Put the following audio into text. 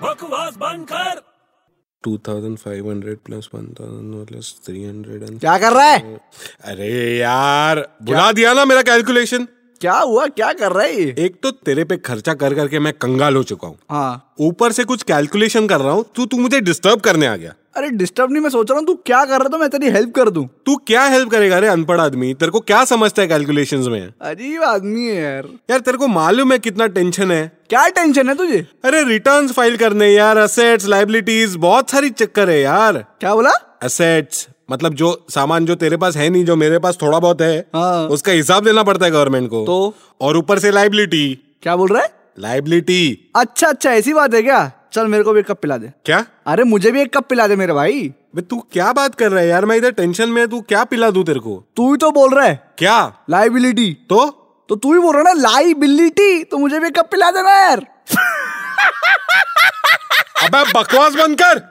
Podcast बंद कर 2500 plus 1000 plus 300 and- क्या कर रहा है अरे यार बुला दिया ना मेरा कैलकुलेशन क्या हुआ क्या कर रहा है ये? एक तो तेरे पे खर्चा कर करके मैं कंगाल हो चुका हूँ हाँ ऊपर से कुछ कैलकुलेशन कर रहा हूँ तू तू मुझे डिस्टर्ब करने आ गया अरे डिस्टर्ब नहीं मैं सोच रहा हूँ तू क्या कर रहा था मैं तेरी हेल्प कर दूं तू क्या हेल्प करेगा रे अनपढ़ आदमी तेरे को क्या समझता है कैलकुलेशंस में अजीब आदमी है यार यार तेरे को मालूम है कितना टेंशन है क्या टेंशन है तुझे अरे रिटर्न्स फाइल करने यार असेट्स लाइबिलिटीज बहुत सारी चक्कर है यार क्या बोला असेट्स मतलब जो सामान जो तेरे पास है नहीं जो मेरे पास थोड़ा बहुत है हाँ। उसका हिसाब देना पड़ता है गवर्नमेंट को तो? और ऊपर से लाइबिलिटी क्या बोल रहा है लाइबिलिटी अच्छा अच्छा ऐसी बात है क्या चल मेरे को भी एक कप पिला दे क्या अरे मुझे भी एक कप पिला दे मेरे भाई बे तू क्या बात कर रहा है यार मैं इधर टेंशन में है तू क्या पिला दूं तेरे को तू ही तो बोल रहा है क्या लाइबिलिटी तो तो तू ही बोल रहा है ना लाइबिलिटी तो मुझे भी एक कप पिला देना यार अबे बकवास बंद कर